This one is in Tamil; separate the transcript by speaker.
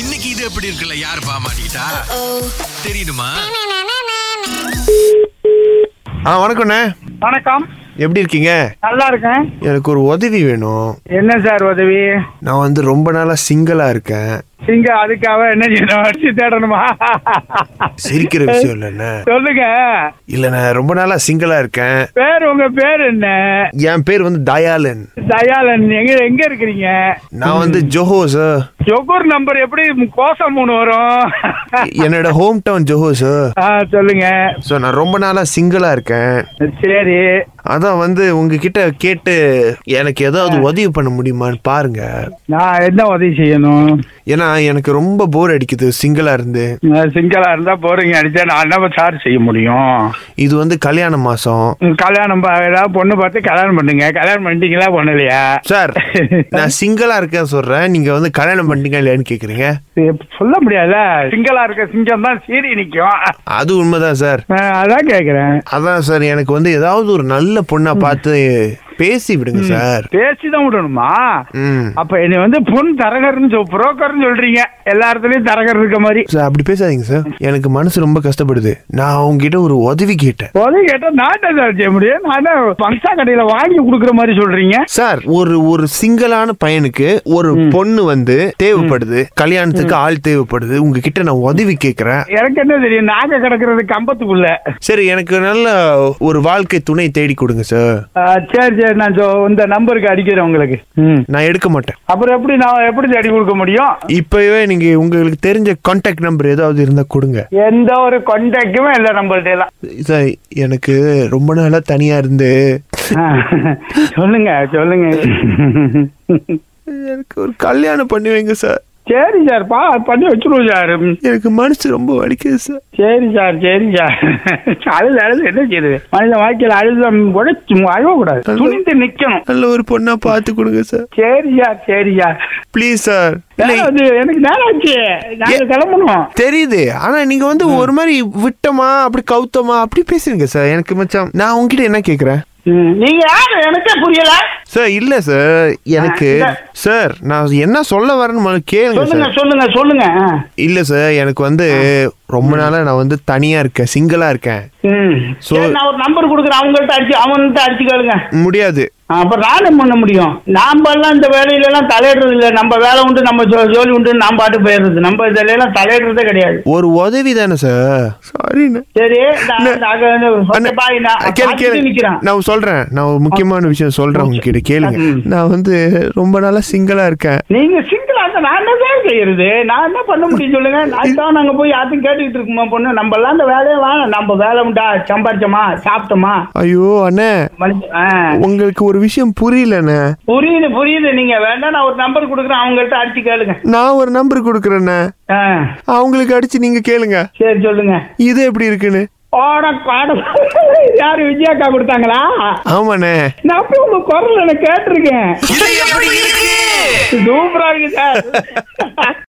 Speaker 1: இன்னைக்கு இது எப்படி இருக்குல்ல யார் பாமாட்டா தெரியுமா
Speaker 2: ஆ வணக்கண்ணே
Speaker 3: வணக்கம்
Speaker 2: எப்படி இருக்கீங்க
Speaker 3: நல்லா இருக்கேன்
Speaker 2: எனக்கு ஒரு உதவி வேணும்
Speaker 3: என்ன சார் உதவி
Speaker 2: நான் வந்து ரொம்ப நாளாக சிங்கிளாக இருக்கேன்
Speaker 3: சிங்க அதுக்காக என்ன செய்யணும் அடிச்சு தேடணுமா
Speaker 2: சிரிக்கிற விஷயம் இல்லைண்ணே
Speaker 3: சொல்லுங்க
Speaker 2: இல்லைண்ணே ரொம்ப நாளாக சிங்கிளாக இருக்கேன்
Speaker 3: பேர் உங்க பேர் என்ன
Speaker 2: என் பேர் வந்து தயாளன்
Speaker 3: தயாளன் எங்க எங்க இருக்கிறீங்க
Speaker 2: நான் வந்து ஜோஹோ சார்
Speaker 3: ஜொகூர் நம்பர் எப்படி கோசம் மூணு வரும்
Speaker 2: என்னோட ஹோம் டவுன் ஜோஹோ சார்
Speaker 3: ஆ, சொல்லுங்க
Speaker 2: ஸோ நான் ரொம்ப நாளாக சிங்கிளாக இருக்கேன்
Speaker 3: சரி
Speaker 2: அதான் வந்து உங்ககிட்ட கேட்டு எனக்கு ஏதாவது உதவி பண்ண முடியுமான்னு பாருங்க
Speaker 3: நான் என்ன உதவி செய்யணும்
Speaker 2: ஏன்னா எனக்கு ரொம்ப போர் அடிக்குது சிங்கிளாக இருந்து
Speaker 3: நான் சிங்களா இருந்தா போறீங்க அடிச்சா நான் என்ன சார்ஜ் செய்ய முடியும்
Speaker 2: இது வந்து கல்யாண மாதம்
Speaker 3: உம், கல்யாணம் பா- ஏதாவது பொண்ணு பார்த்து கல்யாணம் பண்ணுங்க கல்யாணம் பண்ணிட்டீங்களா பண்ணலையா
Speaker 2: சார் நான் சிங்கிளா இருக்கேன் சொல்றேன் நீங்க வந்து கல்யாணம் பண்ணிட்டீங்க இல்லையான்னு கேக்குறீங்க
Speaker 3: இப்ப சொல்ல முடியாதுல சிங்களா இருக்க சிங்கம் தான் சீறி நிக்கும்
Speaker 2: அது உண்மைதான் சார்
Speaker 3: நான் அதான் கேக்குறேன்
Speaker 2: அதான் சார் எனக்கு வந்து ஏதாவது ஒரு நல்ல பொண்ணா பார்த்து பேசி விடுங்க சார்
Speaker 3: பேசிதான் விடணுமா
Speaker 2: ம்
Speaker 3: அப்ப என்னை வந்து பொன் தரகர்னு சொல் புரோக்கர்னு சொல்றீங்க எல்லா இடத்துலயும் தரகர் இருக்க மாதிரி
Speaker 2: சார் அப்படி பேசாதீங்க சார் எனக்கு மனசு ரொம்ப கஷ்டப்படுது நான் அவங்ககிட்ட ஒரு உதவி கேட்டேன்
Speaker 3: உதவி கேட்டா நான் என்ன சார் செய்ய முடியும் நான் தான் பங்கா கடையில வாங்கி கொடுக்குற மாதிரி சொல்றீங்க
Speaker 2: சார் ஒரு ஒரு சிங்கிளான பையனுக்கு ஒரு பொண்ணு வந்து தேவைப்படுது கல்யாணத்துக்கு ஆள் தேவைப்படுது உங்ககிட்ட நான் உதவி கேக்குறேன்
Speaker 3: எனக்கு என்ன தெரியும் நாங்க கிடக்குறது கம்பத்துக்குள்ள
Speaker 2: சரி எனக்கு நல்ல ஒரு வாழ்க்கை துணை தேடி கொடுங்க சார்
Speaker 3: ஆ, சரி சரி நான் சொ- இந்த நம்பருக்கு அடிக்கிறேன் உங்களுக்கு ம்.
Speaker 2: நான் எடுக்க மாட்டேன்
Speaker 3: அப்புறம் எப்படி நான் எப்படி தேடி கொடுக்க முடியும்
Speaker 2: இப்பவே நீங்க உங்களுக்கு தெரிஞ்ச கான்டாக்ட் நம்பர் ஏதாவது இருந்தா கொடுங்க
Speaker 3: எந்த ஒரு கொண்டாக்குமே இல்ல நம்மள்ட்ட எல்லாம்
Speaker 2: சார் எனக்கு ரொம்ப நாளா தனியா இருந்து
Speaker 3: ஆ, சொல்லுங்க சொல்லுங்க
Speaker 2: எனக்கு ஒரு கல்யாணம் பண்ணி வைங்க சார்
Speaker 3: சரி சார் பா பண்ணி வச்சிருவோம் சார் ம்.
Speaker 2: எனக்கு மனசு ரொம்ப வலிக்குது சார்
Speaker 3: சரி சார் சரி சார் அழுது அழுது என்ன செய்யுது மனித வாழ்க்கையில் அழுதம் கூட சும்மா அழக்கூடாது துணிந்து நிக்கணும்
Speaker 2: நல்ல ஒரு பொண்ணா பார்த்து கொடுங்க சார்
Speaker 3: சரி சார் சரி சார்
Speaker 2: ப்ளீஸ் சார் இல்லை,
Speaker 3: நேரம் வந்து எனக்கு நேரம் ஆச்சு நாங்க கிளம்பணும்
Speaker 2: தெரியுது ஆனா நீங்க வந்து ஒரு மாதிரி விட்டமா அப்படி கவுத்தமா அப்படி பேசுறீங்க சார் எனக்கு மச்சான் நான் உங்ககிட்ட என்ன கேக்குறேன்
Speaker 3: ம், நீங்க யாரு எனக்கே புரியல
Speaker 2: சார் இல்ல சார் எனக்கு
Speaker 3: ஆ,
Speaker 2: சார் நான் என்ன சொல்ல வரேன்னு முதல்ல கேளுங்க
Speaker 3: சொல்லுங்க
Speaker 2: சார்
Speaker 3: சொல்லுங்க சொல்லுங்க ஆ.
Speaker 2: இல்ல சார் எனக்கு வந்து ரொம்ப நாளா நான் வந்து தனியா இருக்கேன் சிங்கிளா இருக்கேன்
Speaker 3: ம்
Speaker 2: So-
Speaker 3: சரி, நான் ஒரு நம்பர் கொடுக்குறேன் அவங்கள்ட்ட அடிச்சு அவன்கிட்ட அடிச்சு கேளுங்க
Speaker 2: முடியாது
Speaker 3: அப்புறம் நான் என்ன பண்ண முடியும் நாம எல்லாம் இந்த வேலையில எல்லாம் தலையிடுறது இல்ல நம்ம வேலை உண்டு நம்ம ஜோ- ஜோலி உண்டு நாம் பாட்டு போயிடுறது நம்ம இதுல எல்லாம் தலையிடுறதே கிடையாது
Speaker 2: ஒரு உதவி தானே சார் சாரிண்ணே
Speaker 3: சரி
Speaker 2: அண்ணே, அண்ணே, கேளு, கேளு.
Speaker 3: பாய் நிக்கிறான்
Speaker 2: நான் சொல்றேன் நான் ஒரு முக்கியமான விஷயம் சொல்றேன் உங்ககிட்ட கேளுங்க
Speaker 3: ம்.
Speaker 2: நான் வந்து ரொம்ப நாளா சிங்கிளா இருக்கேன்
Speaker 3: நீங்க சிங்கிளா இருந்தா நான் என்ன தான் செய்யறது நான் என்ன பண்ண முடியும் சொல்லுங்க நான் தான் நாங்க போய் யாத்தையும் கேட்டுக்கிட்டு இருக்குமா பொண்ணு நம்ம எல்லாம் அந்த வேலையை வேணாம் நம்ம வேலை உண்டா சம்பாரிச்சோமா சாப்பிட்டோமா
Speaker 2: ஐயோ அண்ணே
Speaker 3: மனுஷ- ஆ.
Speaker 2: உங்களுக்கு ஒரு விஷயம் புரியலண்ணே
Speaker 3: புரியுது புரியுது நீங்க வேணா நான் ஒரு நம்பர் கொடுக்குறேன் அவங்கள்ட்ட அடிச்சு கேளுங்க
Speaker 2: நான் ஒரு நம்பர் கொடுக்குறேண்ணே
Speaker 3: ஆ,
Speaker 2: அவங்களுக்கு அடிச்சு நீங்க கேளுங்க
Speaker 3: சரி சொல்லுங்க
Speaker 2: இது எப்படி இருக்குன்னு
Speaker 3: ஓட பாட யாரு விஜயாக்கா கொடுத்தாங்களா
Speaker 2: ஆமாண்ணே
Speaker 3: நான் அப்படியே உங்க குரல் எனக்கு கேட்டிருக்கேன்
Speaker 1: இது எப்படி இருக்கு
Speaker 3: சூப்பரா இருக்கு சார்